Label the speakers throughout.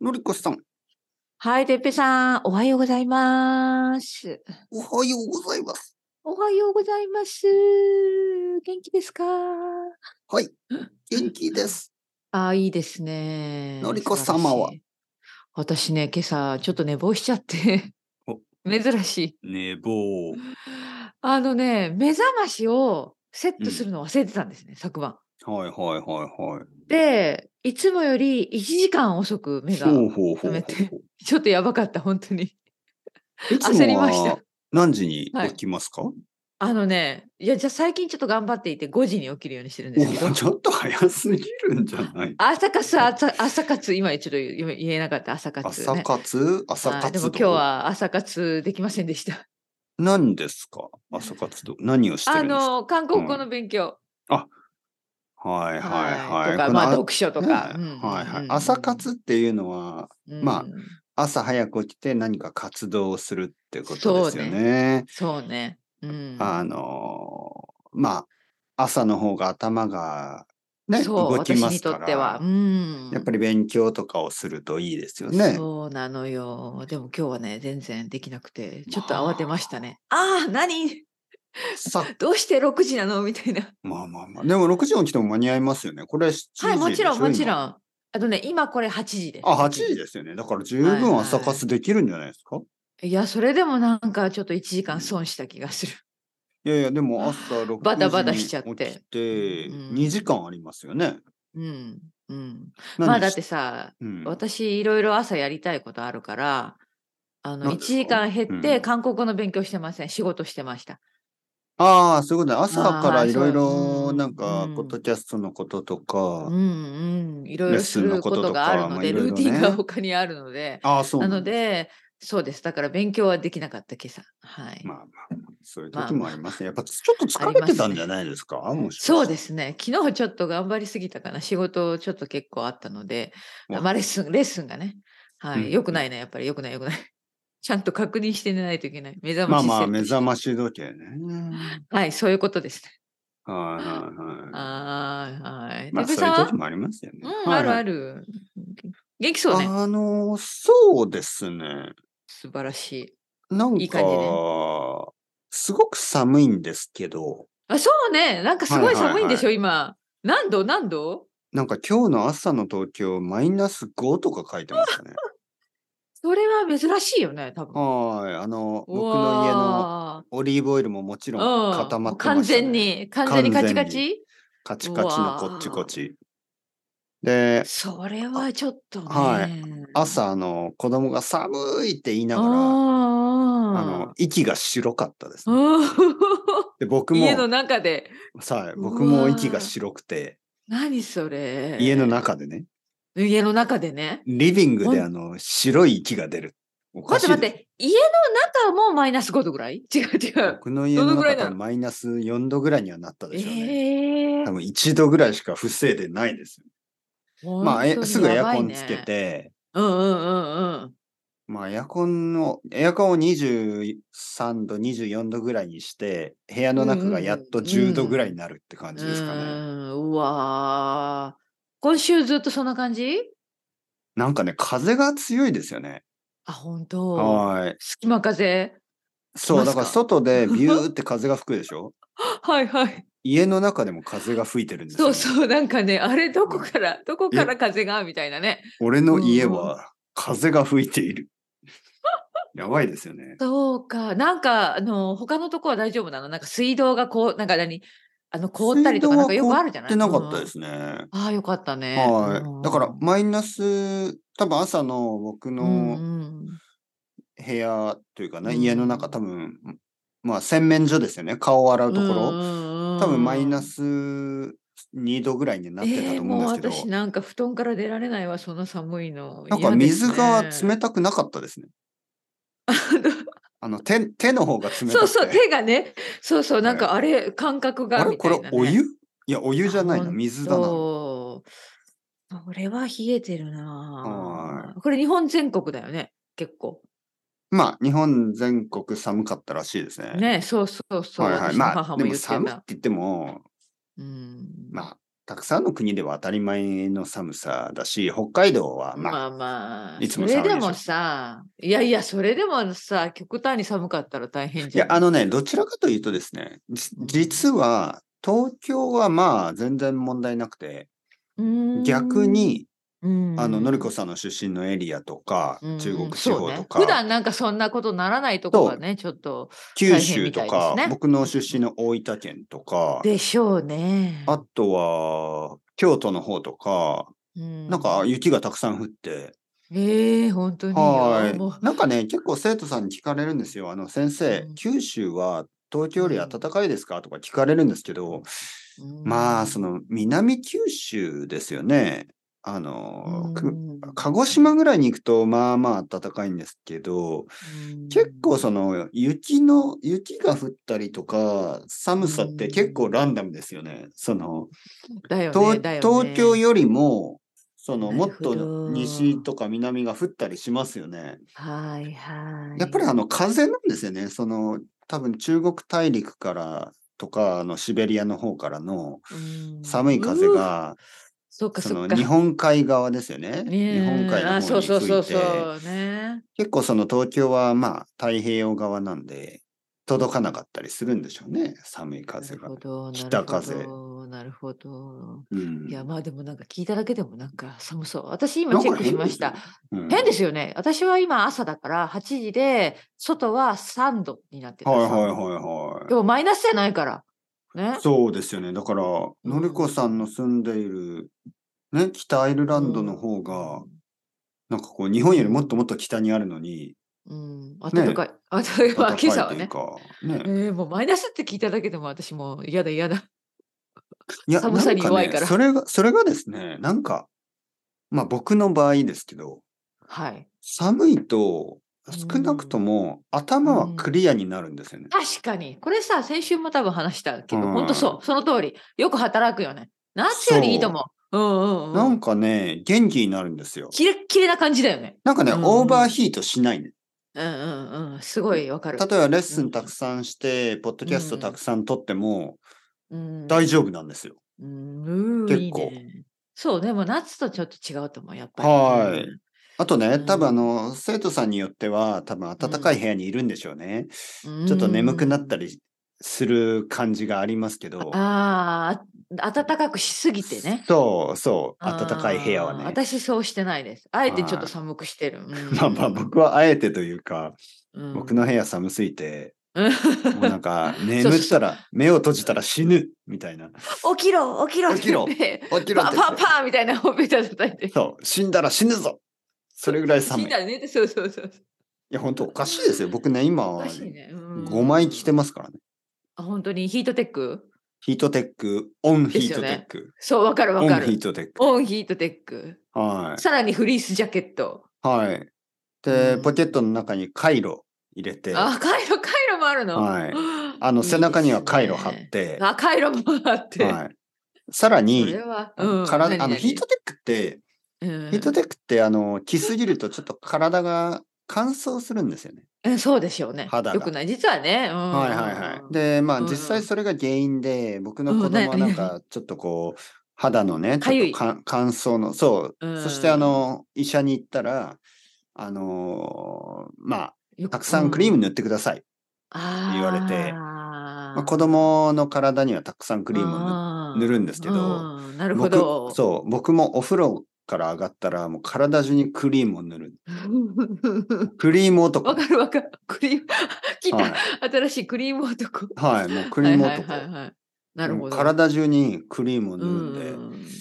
Speaker 1: のりこさん、
Speaker 2: はい、てっぺさん、おはようございます。
Speaker 1: おはようございます。
Speaker 2: おはようございます。元気ですか
Speaker 1: はい、元気です。
Speaker 2: ああ、いいですね。
Speaker 1: のりこ様は
Speaker 2: 素晴らしい。私ね、今朝、ちょっと寝坊しちゃって
Speaker 3: お、
Speaker 2: 珍しい。
Speaker 3: 寝坊。
Speaker 2: あのね、目覚ましをセットするの忘れてたんですね、昨晩。
Speaker 3: はいはいはいはい。
Speaker 2: で、いつもより1時間遅く目が、
Speaker 3: ほうほうほうほ
Speaker 2: やめ
Speaker 3: う
Speaker 2: て。ちょっとやばかった、本当に。
Speaker 3: いつも
Speaker 2: 焦りました
Speaker 3: は何時に
Speaker 2: はい
Speaker 3: 起きますか、
Speaker 2: あのね、いや、じゃあ最近ちょっと頑張っていて、5時に起きるようにしてるんですけど
Speaker 3: お。ちょっと早すぎるんじゃない
Speaker 2: 朝活、朝朝活、今ちょっと言え言えなかった朝活、ね。
Speaker 3: 朝活朝活動、
Speaker 2: はいでも今日は朝活できませんでした。
Speaker 3: 何ですか朝活動。何をして
Speaker 2: あ
Speaker 3: るんですか
Speaker 2: の、韓国語の勉強。
Speaker 3: はいはいはい。
Speaker 2: とか、
Speaker 3: この
Speaker 2: まあ、
Speaker 3: あ
Speaker 2: 読書と
Speaker 3: ね
Speaker 2: か。うん
Speaker 3: はいはい。朝、活っていうのは、
Speaker 2: うん
Speaker 3: まあ
Speaker 2: うん
Speaker 3: 朝早く起きて何か活動をするってこと
Speaker 2: そう
Speaker 3: ですよね。
Speaker 2: そうね。うん、
Speaker 3: あのーまあ、朝の方が頭が、ね、
Speaker 2: そう、
Speaker 3: 動き
Speaker 2: 私
Speaker 3: ま
Speaker 2: に
Speaker 3: す
Speaker 2: と
Speaker 3: か
Speaker 2: っては
Speaker 3: ら。。
Speaker 2: うん、
Speaker 3: やっぱり勉強とかをするといいですよね。
Speaker 2: そうなのよ。でも今日はね、全然できなくて、ちょっと慌てましたね。ああ、何
Speaker 3: さ
Speaker 2: どうして6時なのみたいな。
Speaker 3: まあまあまあ。でも6時に起きても間に合いますよね。これ7時でしょ
Speaker 2: はい、もちろん、もちろん。
Speaker 3: 今
Speaker 2: あとね、今これ8時です。
Speaker 3: あ、8時ですよね。だから十
Speaker 2: はいは
Speaker 3: 分
Speaker 2: い
Speaker 3: 朝活できるんじゃないですか、い
Speaker 2: いや、それでもなんかちょっと1時間損した気がする。
Speaker 3: やいや、でも朝6時に起きて、
Speaker 2: バタバタしちゃってうん
Speaker 3: 2時間ありますよね。
Speaker 2: うん。うん。
Speaker 3: 何
Speaker 2: まあだっ、
Speaker 3: して
Speaker 2: さ、
Speaker 3: うん
Speaker 2: 私いろいろ朝やりたいことあるから、あの、
Speaker 3: 何
Speaker 2: 1
Speaker 3: ですか
Speaker 2: 時間減っ
Speaker 3: う
Speaker 2: て
Speaker 3: ん
Speaker 2: 韓国語の勉強してません。仕事してました。
Speaker 3: ああ、そういうことね。朝か
Speaker 2: ま
Speaker 3: ら
Speaker 2: あ
Speaker 3: いろい
Speaker 2: そう
Speaker 3: ろ、
Speaker 2: うん
Speaker 3: なんか
Speaker 2: うん、
Speaker 3: ポッドキャストのことと
Speaker 2: う
Speaker 3: か。
Speaker 2: んうん。いろい
Speaker 3: レッ
Speaker 2: ろす
Speaker 3: スンの
Speaker 2: るこ
Speaker 3: こと
Speaker 2: と
Speaker 3: と
Speaker 2: がある
Speaker 3: か
Speaker 2: の
Speaker 3: まあ
Speaker 2: で、
Speaker 3: いろいろ
Speaker 2: ルーティン
Speaker 3: ね
Speaker 2: が他にあるので、
Speaker 3: ああ、そう
Speaker 2: なん
Speaker 3: だ
Speaker 2: の。で、そうです。だから勉強はできなかった今朝。はい。
Speaker 3: まあまあまあ、そういう
Speaker 2: まあ
Speaker 3: 時もありますね。やっぱちょっと疲れてたんじゃないですかもしかして
Speaker 2: そうですね。昨日ちょっと頑張りすぎたかな。仕事ちょっと結構あったので、
Speaker 3: わ
Speaker 2: まあレッスン、レッスンがね。は
Speaker 3: うん
Speaker 2: い。よくないね。やっぱりよくないよくない。 ちゃんと確認して寝ないといけない。目覚
Speaker 3: まあ
Speaker 2: まし
Speaker 3: ま
Speaker 2: セ
Speaker 3: あ、
Speaker 2: ッ
Speaker 3: 目
Speaker 2: トして
Speaker 3: 覚まし時計 ね。
Speaker 2: はい、そういうことですね。
Speaker 3: はいはいは
Speaker 2: あーはい。
Speaker 3: い。まあ、
Speaker 2: てっぺ
Speaker 3: そう
Speaker 2: さ
Speaker 3: いう
Speaker 2: んは
Speaker 3: 時もありますよね。
Speaker 2: うん、
Speaker 3: はい
Speaker 2: ある
Speaker 3: はい
Speaker 2: ある。元気そうね。
Speaker 3: あの、そうですね。
Speaker 2: 素晴らしい。
Speaker 3: なん
Speaker 2: いい
Speaker 3: か、
Speaker 2: 感じね
Speaker 3: すごく寒いんですけど、
Speaker 2: あ、そうね。なんかすご
Speaker 3: はい
Speaker 2: い
Speaker 3: はいはい
Speaker 2: 寒いんでしょ、今。何度何度
Speaker 3: なんか今日の朝の東京、マイナス5とか書いてま したね。
Speaker 2: それは珍しいよね、多分。
Speaker 3: はい。あの、僕の家の
Speaker 2: の
Speaker 3: オリーブオイルももちろん固まってま
Speaker 2: 完
Speaker 3: した、ね。
Speaker 2: 全。に、完全にカチカ
Speaker 3: 完全
Speaker 2: チ
Speaker 3: カチカチのこっちこっち。で、
Speaker 2: それはちょっとね。
Speaker 3: はい朝、あの、子供が寒いって言いながら、
Speaker 2: あ
Speaker 3: あの、息が白かったです、
Speaker 2: ー
Speaker 3: ね。
Speaker 2: う
Speaker 3: で、僕
Speaker 2: ん家
Speaker 3: も
Speaker 2: の、中で。
Speaker 3: さあ、
Speaker 2: うわ
Speaker 3: 僕も息が白くて、
Speaker 2: 何それ。
Speaker 3: 家の。中でね、
Speaker 2: 家の中でね。
Speaker 3: リビング
Speaker 2: ほん
Speaker 3: であの、白い息が出る。お
Speaker 2: 待
Speaker 3: か
Speaker 2: っ
Speaker 3: してい
Speaker 2: 待っ
Speaker 3: です
Speaker 2: て、家の中もマイナス5度ぐらい違 う違う。
Speaker 3: 僕の家の
Speaker 2: どのぐら
Speaker 3: 中
Speaker 2: いな
Speaker 3: で
Speaker 2: の
Speaker 3: マイナス4度ぐらいにはなったでしょうね。
Speaker 2: ええ
Speaker 3: 多分1度ぐらいしか防いでないですよ。まあ、えすぐエアコンつけ。て、
Speaker 2: 本当にやばいねうんうんうんうん。
Speaker 3: まあ、エアコンの、エアコンを23度、24度ぐらいにして、部屋の中がやっと
Speaker 2: うんうんうん
Speaker 3: 10度ぐらいになるって感じですか
Speaker 2: う
Speaker 3: ね。
Speaker 2: ーんうわー今週ずっとそんな感じ
Speaker 3: なんかね、風が強いですよね。
Speaker 2: あ、本当。
Speaker 3: はい。
Speaker 2: 隙間風。
Speaker 3: そう、
Speaker 2: 来ますか
Speaker 3: だから外 でビューって風が吹くでしょ
Speaker 2: はいはい。
Speaker 3: 家の中でも風が吹いてるんですよ、
Speaker 2: そ
Speaker 3: ね。
Speaker 2: うそう、なんかね、あれ、どこから、どこから風がみたいなね。
Speaker 3: 俺の家は風が吹いている。やばいですよね。
Speaker 2: そうか、なんか、あの、他のとこは大丈夫なのなんか水道がこう、なんか何、あの、凍ったりとか、なんかよくあるじゃない。
Speaker 3: 水道は凍ってなかったですすね。
Speaker 2: うんああ、よかったね。
Speaker 3: はい。だから
Speaker 2: うん、
Speaker 3: マイナス、多分朝の僕の、
Speaker 2: うんうん
Speaker 3: 部屋というかね、
Speaker 2: うん
Speaker 3: 家の中多分、まあ洗面所ですよね。顔を洗うところ。多分マイナス2度ぐらいになってたと思うん
Speaker 2: えーも
Speaker 3: で
Speaker 2: う
Speaker 3: す
Speaker 2: 私
Speaker 3: けど、
Speaker 2: なんか布団から出られないわ、そんな寒いの。
Speaker 3: なんか水が
Speaker 2: た
Speaker 3: 冷たくなかったですね。 あの手手の方が冷たくて。
Speaker 2: そうそう、手がね、そうそう、なんかあれ、感覚
Speaker 3: あ
Speaker 2: が
Speaker 3: れ
Speaker 2: みた
Speaker 3: こ
Speaker 2: い
Speaker 3: れ
Speaker 2: な、ね。
Speaker 3: お湯いや、お湯じゃない
Speaker 2: あ
Speaker 3: な。水だな。は
Speaker 2: ほんとそれは冷えてるな
Speaker 3: は
Speaker 2: ぁこれ日本全国だよね、結構。
Speaker 3: まあ、日本全国寒かったらしいですね。
Speaker 2: ね、そうそうそう。
Speaker 3: はいはい。
Speaker 2: 私の
Speaker 3: ま
Speaker 2: 母
Speaker 3: あ、
Speaker 2: も
Speaker 3: で
Speaker 2: 言
Speaker 3: も
Speaker 2: ってた。
Speaker 3: 寒いって言っても、
Speaker 2: うん、
Speaker 3: まあ、たくさんの国では当たり前の寒さだし、北海道はまあ、
Speaker 2: まあまあ、
Speaker 3: いつも
Speaker 2: それ
Speaker 3: 寒い
Speaker 2: で
Speaker 3: でしょ
Speaker 2: もさ、いやいや、それでもさ、極端に寒かったら大変
Speaker 3: い
Speaker 2: じ
Speaker 3: や、
Speaker 2: ゃん。
Speaker 3: あのね、どちらかというとですね、じ実は東京はまあ全然問題なくて、
Speaker 2: うーん
Speaker 3: 逆、に、
Speaker 2: うん
Speaker 3: あの、のりこさんの出身のエリアとか、中国地
Speaker 2: そう
Speaker 3: 方
Speaker 2: ね
Speaker 3: とか、
Speaker 2: 普段なんかそんなことならないとこがね、ちょっと。
Speaker 3: 九州と
Speaker 2: 大変みたい
Speaker 3: か、
Speaker 2: ですね
Speaker 3: 僕の出身の大分県とか、
Speaker 2: でしょうね。
Speaker 3: あとは京都の方とか、
Speaker 2: うん
Speaker 3: なんか、雪がたくさん降って、
Speaker 2: ええ本当に。
Speaker 3: は
Speaker 2: もう
Speaker 3: い。なんかね、結構生徒さんに聞かれるんですよ。あの、先生
Speaker 2: うん、
Speaker 3: 九州は東京より暖かいですかとか聞かれるんですけど、
Speaker 2: うん
Speaker 3: まあ、その南九州ですよね。あの、
Speaker 2: う
Speaker 3: く
Speaker 2: ん
Speaker 3: 鹿児島ぐらいに行くと、まあまあ暖かいんですけど、
Speaker 2: うん
Speaker 3: 結構その雪の、雪が降ったりとか、寒さって結構ランダムですよね。その、
Speaker 2: だよね
Speaker 3: 東
Speaker 2: だよね
Speaker 3: 東京よりも、その
Speaker 2: なる
Speaker 3: もっ
Speaker 2: ほど
Speaker 3: と西とか南が降ったりしますよね。
Speaker 2: はいはい。
Speaker 3: やっぱりあの風なんですよね。その多分中国大陸からとか、あのシベリアの方からの
Speaker 2: うん
Speaker 3: 寒い風
Speaker 2: うわ
Speaker 3: が、
Speaker 2: そっか
Speaker 3: そ
Speaker 2: そっ
Speaker 3: の
Speaker 2: か。
Speaker 3: 日本海側ですよね。
Speaker 2: ねえ
Speaker 3: 日本海の
Speaker 2: あ
Speaker 3: 方
Speaker 2: そう
Speaker 3: に
Speaker 2: そうそ
Speaker 3: 吹いう
Speaker 2: そ
Speaker 3: て、
Speaker 2: うね。
Speaker 3: 結構その東京はまあ太平洋側なんで、届かなかったりするんでしょうね。寒い風
Speaker 2: な
Speaker 3: が
Speaker 2: るほ。ど
Speaker 3: 北風。
Speaker 2: なるほど。
Speaker 3: うん
Speaker 2: いやまあでもなんか聞いただけでもなんか寒そう。私今チェックしまし
Speaker 3: な
Speaker 2: た。。
Speaker 3: んか
Speaker 2: 変
Speaker 3: 変
Speaker 2: で
Speaker 3: です
Speaker 2: すよね。私は今朝だから8時で外は3度になって
Speaker 3: よ
Speaker 2: た。
Speaker 3: うんはいはいはいはい。
Speaker 2: でもマイナスじゃないから。ね。
Speaker 3: そうですよね。だから、のりこさんの住んでいる、ね、北アイルランドの方が、なんかこう、日本よりもっともっと北にあるのに、
Speaker 2: うん。暖かい。暖か い。まあ
Speaker 3: 暖かい
Speaker 2: 今
Speaker 3: と
Speaker 2: 朝は
Speaker 3: いう
Speaker 2: ね。
Speaker 3: か、
Speaker 2: え
Speaker 3: ね。
Speaker 2: ー、もうマイナスって聞いただけでも私もう嫌だ嫌だ。
Speaker 3: いや、
Speaker 2: 寒さに弱
Speaker 3: な
Speaker 2: い
Speaker 3: ん
Speaker 2: から
Speaker 3: ねそれが、それがですね、なんか、まあ僕の場合ですけど、
Speaker 2: はい。
Speaker 3: 寒いと、少なくとも頭はクリアになるんですよね。
Speaker 2: 確かに。これさ、先週も多分話したけど、
Speaker 3: うん
Speaker 2: ほんとそう。その通り。よく働くよね。夏よりいいと思う。うんうんう。
Speaker 3: なんんかね、元気になるんですよ。
Speaker 2: キレッキレな感じだよね。
Speaker 3: なんかね、
Speaker 2: うん
Speaker 3: オーバーヒートしないね。
Speaker 2: うんうんうん。すごいわかる。
Speaker 3: 例えばレッスンたくさんして、ポッドキャストたくさん撮っても
Speaker 2: うん
Speaker 3: 大丈夫なんですよ。
Speaker 2: うん、
Speaker 3: 結
Speaker 2: 結構
Speaker 3: 構
Speaker 2: そうね、もう夏とちょっと違うと思う、やっぱり。
Speaker 3: はい
Speaker 2: うん
Speaker 3: あとね、多分
Speaker 2: う
Speaker 3: あ
Speaker 2: ん
Speaker 3: の、生徒さんによっては、多分暖かい部屋にいるんでしょうね。ちょっと眠くなった。りする感じがありますけど。
Speaker 2: ああ、暖かくしすぎてね。
Speaker 3: そうそう、暖かい部屋は
Speaker 2: あー
Speaker 3: ね。
Speaker 2: 私そうしてないです。あえてちょっ
Speaker 3: は
Speaker 2: と
Speaker 3: い
Speaker 2: 寒くしてる。うん
Speaker 3: まあまあ、僕はあえてというか、
Speaker 2: うん
Speaker 3: 僕の部屋寒すぎ て、
Speaker 2: う
Speaker 3: も
Speaker 2: ん
Speaker 3: うなんか、
Speaker 2: そう
Speaker 3: 眠
Speaker 2: そ
Speaker 3: っ
Speaker 2: うそ
Speaker 3: たら、目を閉じたら死ぬみたいな。
Speaker 2: 起きろ、起きろ、
Speaker 3: 起きろ
Speaker 2: って
Speaker 3: 起きろ
Speaker 2: パ
Speaker 3: っ
Speaker 2: ン
Speaker 3: て
Speaker 2: パンパンみたいなほ っぺた叩いて。
Speaker 3: そう、死んだら死ぬぞそれぐらい寒い。
Speaker 2: 死ん
Speaker 3: い
Speaker 2: だら寝て、そうそうそう。
Speaker 3: や、本当おかしいですよ。僕ね、今
Speaker 2: お、かしいね。
Speaker 3: 5枚着て
Speaker 2: も。
Speaker 3: ますからね。
Speaker 2: あ本当にヒートテック
Speaker 3: ヒートテック、オンヒートテック、
Speaker 2: そう、わかるわ
Speaker 3: オン
Speaker 2: か
Speaker 3: ヒー
Speaker 2: る。
Speaker 3: トテック。
Speaker 2: オンヒートテック。
Speaker 3: はい。
Speaker 2: さらにフリースジャケット。
Speaker 3: はい。で、
Speaker 2: うん
Speaker 3: ポケットの中にカイロ入れて、
Speaker 2: あ、カイロ、カイロもあるの。
Speaker 3: はい
Speaker 2: あ
Speaker 3: あの背中にはカイロ貼っ。
Speaker 2: いいです
Speaker 3: て、
Speaker 2: ねあ、カイロもあって。
Speaker 3: はい。さら
Speaker 2: そ
Speaker 3: に
Speaker 2: れ、は、
Speaker 3: 体、あの、ヒートテックって、ヒート
Speaker 2: テ
Speaker 3: テックって、あの、着すぎるとちょっと体が乾燥するんですよね。
Speaker 2: そうでしょうね。
Speaker 3: 肌が
Speaker 2: よくない。実はね。うん
Speaker 3: はいはいはい。で、まあ
Speaker 2: うんうん
Speaker 3: 実際それが原因で、僕の
Speaker 2: うん
Speaker 3: 子供は
Speaker 2: な
Speaker 3: な
Speaker 2: に
Speaker 3: んかちょっとこう、肌の ね、ち
Speaker 2: かゆ
Speaker 3: ょっ
Speaker 2: い
Speaker 3: とか乾燥の、そうう、
Speaker 2: ん
Speaker 3: そしてあの、医者に行ったら、あのーま
Speaker 2: よ
Speaker 3: あ、
Speaker 2: く
Speaker 3: たくさんクリーム塗ってください。言われてまあ、子供の体にはたくさんクリームを塗っ
Speaker 2: ム
Speaker 3: 塗るんですけど
Speaker 2: うん、なるほど。
Speaker 3: 僕そう僕もお風呂から上がったらもう体中にクリームを塗るクリーム男
Speaker 2: わかるわかる。クリーム、 来た、
Speaker 3: はい、
Speaker 2: 新しいクリーム男。
Speaker 3: はい、もうクリーム男、
Speaker 2: はいはいはいはい。なる
Speaker 3: も
Speaker 2: ほ
Speaker 3: う
Speaker 2: ど。
Speaker 3: 体中にクリームを塗るんで、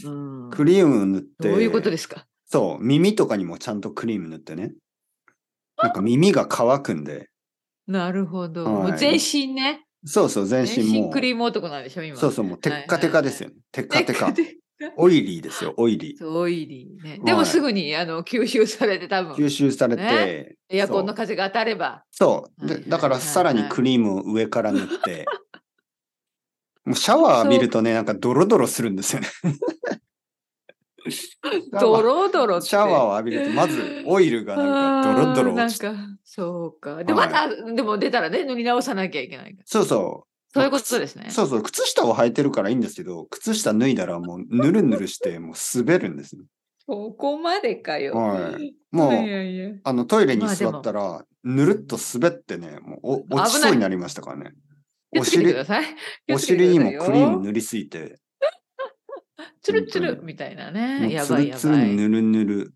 Speaker 2: うんうん
Speaker 3: クリームを塗って
Speaker 2: どういうことですか
Speaker 3: そう耳とかにもちゃんとクリーム塗ってねなんか耳が乾くんで
Speaker 2: なるほど。
Speaker 3: はい
Speaker 2: もう全身ね。
Speaker 3: そうそう全身
Speaker 2: 全
Speaker 3: も
Speaker 2: 身
Speaker 3: う
Speaker 2: クリーム男なんでしょ、今。
Speaker 3: そうそうもうテッカテカですよね、テッカテカ
Speaker 2: テカ。
Speaker 3: オイリーですよオイリー
Speaker 2: そうオイリーね。
Speaker 3: い
Speaker 2: でもすぐに、あの吸収されて多分
Speaker 3: 吸収されて、
Speaker 2: ねエアコンの
Speaker 3: そう
Speaker 2: 風が当たれば。
Speaker 3: そう。
Speaker 2: はい
Speaker 3: で
Speaker 2: はい
Speaker 3: だか
Speaker 2: は
Speaker 3: ら
Speaker 2: い
Speaker 3: さらにクリームを上から塗って、もうシャワー浴びるとね、なんかドロドロするんです よね。
Speaker 2: ドロドロって。
Speaker 3: シャワーを浴びると、ま ずオイルがなんかドロドロ
Speaker 2: あー
Speaker 3: 落ちて。
Speaker 2: なんかそうか。で、
Speaker 3: は
Speaker 2: ま
Speaker 3: い
Speaker 2: た、でも出たらね、塗り直さなきゃいけないか
Speaker 3: そうそ
Speaker 2: そういうことですね。
Speaker 3: そうそう、靴下を履いてるからいいんですけど、靴下脱いだらもうぬるぬる して、もう滑るんですね。
Speaker 2: そこまでかよ。
Speaker 3: はいもう、
Speaker 2: いやいや
Speaker 3: あのトイレに
Speaker 2: まあで
Speaker 3: 座
Speaker 2: も
Speaker 3: ったら、ぬるっと滑ってね、もうお落ち
Speaker 2: 危な
Speaker 3: そ
Speaker 2: いう
Speaker 3: になりましたからね。
Speaker 2: 気
Speaker 3: お
Speaker 2: をつけてく
Speaker 3: 尻
Speaker 2: ださい。
Speaker 3: お尻にも
Speaker 2: 気をつ
Speaker 3: ク
Speaker 2: けてくださ
Speaker 3: リ
Speaker 2: いよ
Speaker 3: ーム塗りすぎて、
Speaker 2: つるつるみたいな
Speaker 3: もう
Speaker 2: ね。や
Speaker 3: つ
Speaker 2: ばい
Speaker 3: る
Speaker 2: や
Speaker 3: つ
Speaker 2: ば
Speaker 3: る
Speaker 2: い。
Speaker 3: ぬるぬる。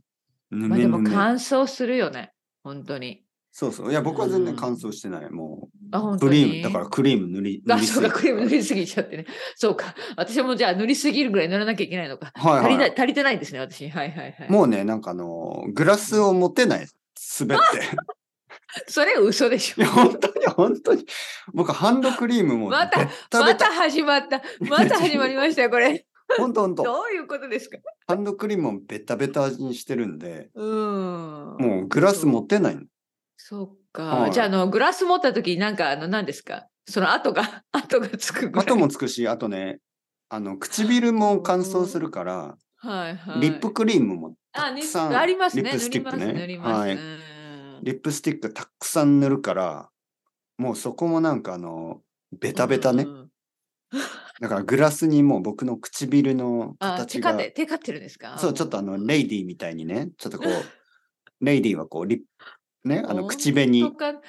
Speaker 3: ぬ
Speaker 2: まあ
Speaker 3: め
Speaker 2: で
Speaker 3: ぬ
Speaker 2: も
Speaker 3: め。
Speaker 2: 乾燥するよね。本当に。
Speaker 3: そうそう。いや、僕は全然乾燥してない。も
Speaker 2: あ、
Speaker 3: う、
Speaker 2: 本当
Speaker 3: ク
Speaker 2: に。
Speaker 3: リーム、だからクリーム塗り、塗
Speaker 2: あ、
Speaker 3: り
Speaker 2: そ
Speaker 3: す
Speaker 2: う
Speaker 3: ぎ
Speaker 2: か、
Speaker 3: て。
Speaker 2: クリーム塗りすぎちゃってね。 そうか。私もじゃあ塗りすぎるぐらい塗らなきゃいけないのか。足
Speaker 3: はい
Speaker 2: りな、
Speaker 3: はい
Speaker 2: 足りてないんですね、私。はいはいはい。
Speaker 3: い。もうね、なんかあの、グラスを持てない。滑って。
Speaker 2: それ嘘でし
Speaker 3: い
Speaker 2: ょ
Speaker 3: や、。本当に、本当に。僕、ハンドクリームも、
Speaker 2: また
Speaker 3: ベッタベ
Speaker 2: ま
Speaker 3: タ
Speaker 2: た。始ま った。また始まりましたよ、これ。
Speaker 3: 本当本当。
Speaker 2: どういうことですか
Speaker 3: ハンドクリームもベタベタにしてるんで、
Speaker 2: うーん。
Speaker 3: もうグラス持てないの。
Speaker 2: そうか。
Speaker 3: はい
Speaker 2: じゃあ、あの、グラス持った時になんか、あの、何ですかその後が、 後がつくぐらい。
Speaker 3: 後もつくし、あとね、あの、唇も乾燥するから、
Speaker 2: はいはい。
Speaker 3: リップクリームも
Speaker 2: あ、
Speaker 3: た
Speaker 2: リ
Speaker 3: く
Speaker 2: ッ
Speaker 3: さん
Speaker 2: プありますね。
Speaker 3: リップスティックね
Speaker 2: 塗ります、塗
Speaker 3: は
Speaker 2: り
Speaker 3: い
Speaker 2: ます。
Speaker 3: リップスティックたくさん塗るから、もうそこもなんかあの、ベタベタね
Speaker 2: う。ん。
Speaker 3: だからグラスにもう僕の唇の
Speaker 2: あ、
Speaker 3: 形
Speaker 2: テカ
Speaker 3: が
Speaker 2: っ、て、テカってるんですか
Speaker 3: そう、ちょっとあの、レイディーみたいにね、ちょっとこう、 レイディーはこう、リップ、ね、あの、口紅、口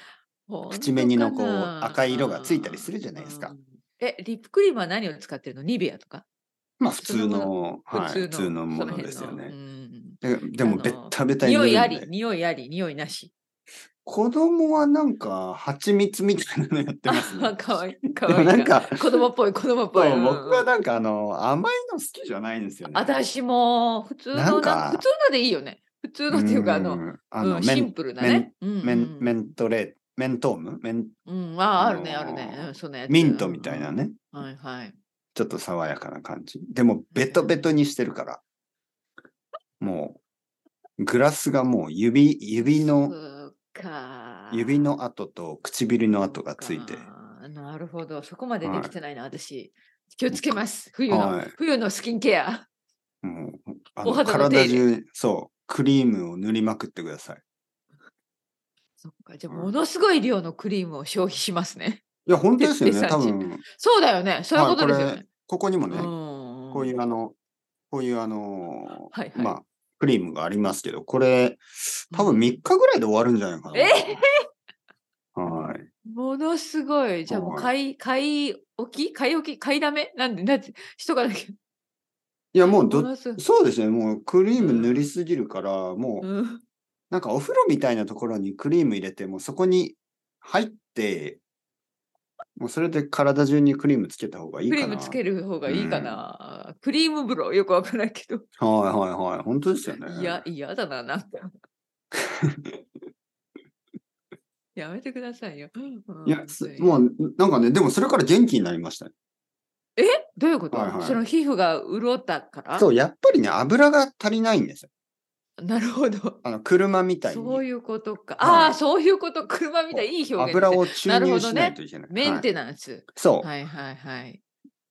Speaker 2: 口
Speaker 3: 紅のこう赤い色がついたりするじゃないですか。
Speaker 2: うんえ、リップクリームは何を使ってるのニベアとか
Speaker 3: まあ普通の、はい、普
Speaker 2: 普通の
Speaker 3: 通のもの
Speaker 2: そ
Speaker 3: ですよ
Speaker 2: 辺の
Speaker 3: ね。
Speaker 2: うん
Speaker 3: ででも、
Speaker 2: あの
Speaker 3: ベッタベタに塗
Speaker 2: 匂
Speaker 3: るん
Speaker 2: いあ
Speaker 3: で
Speaker 2: り、匂いあり、匂いなし。
Speaker 3: 子供はなんか、蜂蜜みたいなのやってますね。
Speaker 2: かわいい、か
Speaker 3: で
Speaker 2: わ
Speaker 3: も
Speaker 2: いい。
Speaker 3: なんか、
Speaker 2: 子供っぽい、子供っぽい。
Speaker 3: そう
Speaker 2: うん
Speaker 3: 僕はなんかあの、甘いの好きじゃないんですよね。
Speaker 2: 私も普通の
Speaker 3: な
Speaker 2: なん
Speaker 3: か
Speaker 2: 普通のでいいよね。普通のっていうか、あの、
Speaker 3: んあ
Speaker 2: う
Speaker 3: の、
Speaker 2: ん
Speaker 3: メ
Speaker 2: シン
Speaker 3: ン、
Speaker 2: プルなね。うん
Speaker 3: メン、メ
Speaker 2: ン、
Speaker 3: ントレー、メントームメン、
Speaker 2: うん、ああ、あるね、
Speaker 3: あ
Speaker 2: あ
Speaker 3: の
Speaker 2: る
Speaker 3: ー
Speaker 2: ね。うんそのやつ
Speaker 3: ミントみたいな。ね。
Speaker 2: うんはいはい。
Speaker 3: ちょっと爽やかな感じ。でも、ベトベトにしてるから。もう、グラスがもう指、指の、
Speaker 2: そうか。
Speaker 3: 指の跡と唇の跡がついて
Speaker 2: そ。うかなるほど。そこまで
Speaker 3: は
Speaker 2: で
Speaker 3: い
Speaker 2: きてないな、私。気をつけます。冬の、
Speaker 3: はい
Speaker 2: 冬のスキンケア。
Speaker 3: もう、あ
Speaker 2: お
Speaker 3: の
Speaker 2: 肌の手
Speaker 3: 体
Speaker 2: 入れ
Speaker 3: 中、そう、クリームを塗りまくってください。
Speaker 2: そっか。じゃあ、
Speaker 3: うん
Speaker 2: ものすごい量のクリームを消費しますね。
Speaker 3: いや、本当ですよ
Speaker 2: で
Speaker 3: ね。
Speaker 2: で
Speaker 3: 多分、
Speaker 2: そうだよね。そういう
Speaker 3: は
Speaker 2: こ
Speaker 3: い、こと
Speaker 2: ですよ
Speaker 3: れ
Speaker 2: ね。、
Speaker 3: ここにもね、
Speaker 2: うん
Speaker 3: こういうあの、こういうあのー
Speaker 2: はいはい
Speaker 3: まあ、クリームがありますけど、これ、多分3日ぐらいで終わるんじゃないかな。
Speaker 2: え
Speaker 3: はい。
Speaker 2: ものすごい。じゃあもう
Speaker 3: はい
Speaker 2: 買い、買い置き買い置き買いだめなんで、なんて、人がだけ。
Speaker 3: いや、もう
Speaker 2: も
Speaker 3: ど、
Speaker 2: のすごい。
Speaker 3: そうですね、もうクリーム塗りすぎるから、もう、
Speaker 2: うん
Speaker 3: なんかお風呂みたいなところにクリーム入れて、もうそこに入って、もうそれで体中にクリームつけた方がいい
Speaker 2: ク
Speaker 3: か
Speaker 2: リ
Speaker 3: な。
Speaker 2: ームつける方がいいかな。クリーム風呂よくわからないけど。
Speaker 3: はいはいはい。本当ですよね。
Speaker 2: いや、嫌だな、なんか。やめてくださいよ。
Speaker 3: いや、
Speaker 2: ん
Speaker 3: す
Speaker 2: い
Speaker 3: もう、なんかね、でもそれから元気になりましたね。
Speaker 2: どういうこと、
Speaker 3: はいはい
Speaker 2: その皮膚が潤ったから
Speaker 3: そう、やっぱりね、油が足りないんですよ。
Speaker 2: なるほど。
Speaker 3: あの、車みたいに。
Speaker 2: そういうこと
Speaker 3: は
Speaker 2: か。
Speaker 3: い
Speaker 2: ああ、そういうこと。車みたいいい表現ですね、
Speaker 3: 油を注
Speaker 2: なるほ
Speaker 3: 入
Speaker 2: ど
Speaker 3: し
Speaker 2: ね
Speaker 3: ないといけない。
Speaker 2: メンテ
Speaker 3: はい
Speaker 2: ナンス。
Speaker 3: そう。
Speaker 2: はいはいはい。なる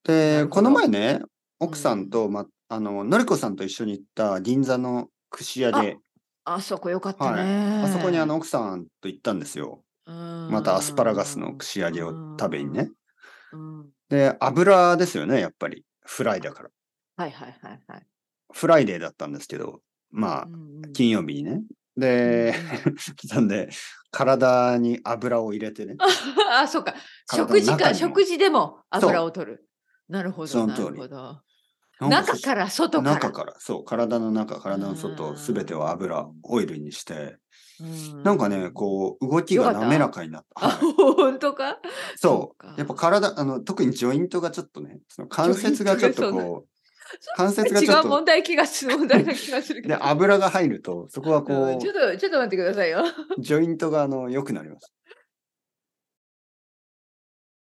Speaker 3: で、
Speaker 2: ほど
Speaker 3: この前ね、奥さんと、ま、あの、のりこさんと一緒に行った銀座の串屋で、
Speaker 2: あそこよかった
Speaker 3: は
Speaker 2: ね
Speaker 3: い、あそこにあの、奥さんと行ったんですよ。ま
Speaker 2: ま
Speaker 3: たアスパラガスの串揚げを食べにね。。
Speaker 2: うんうん
Speaker 3: で、油ですよね、やっぱり。フライだから。
Speaker 2: はいはいはいはい。
Speaker 3: フライデーだったんですけど、まあ
Speaker 2: う、んうん
Speaker 3: 金曜日にね。で、なんで、体に油を入れてね。
Speaker 2: あ、そうか。
Speaker 3: 体の
Speaker 2: 食事
Speaker 3: 中
Speaker 2: か、
Speaker 3: にも
Speaker 2: 食事でも
Speaker 3: そう
Speaker 2: 油を取る。なるほど。
Speaker 3: その
Speaker 2: な
Speaker 3: 通り
Speaker 2: るほど。
Speaker 3: なん
Speaker 2: 中
Speaker 3: そ
Speaker 2: から外から。
Speaker 3: 中から、そう、体の中、体の
Speaker 2: う
Speaker 3: 外、
Speaker 2: ん
Speaker 3: すべてを油、オイルにして、
Speaker 2: うん
Speaker 3: なんかね、こう、動き
Speaker 2: よか
Speaker 3: が
Speaker 2: った
Speaker 3: 滑らかになった。
Speaker 2: あ、
Speaker 3: はい、
Speaker 2: 本当か
Speaker 3: そ
Speaker 2: そうか
Speaker 3: う。やっぱ体、あの、特にジョイントがちょっとね、その関節がちょっと
Speaker 2: ジョイント
Speaker 3: こう、関節が
Speaker 2: 違
Speaker 3: ちょっ
Speaker 2: う問
Speaker 3: と、
Speaker 2: 題気がする、問題な気がする け
Speaker 3: で、
Speaker 2: ど。
Speaker 3: 油が入ると、そこは
Speaker 2: う
Speaker 3: こ
Speaker 2: んちょっと、ちょっと待ってくださいよ。
Speaker 3: う、ジョイントがあの、良くなります。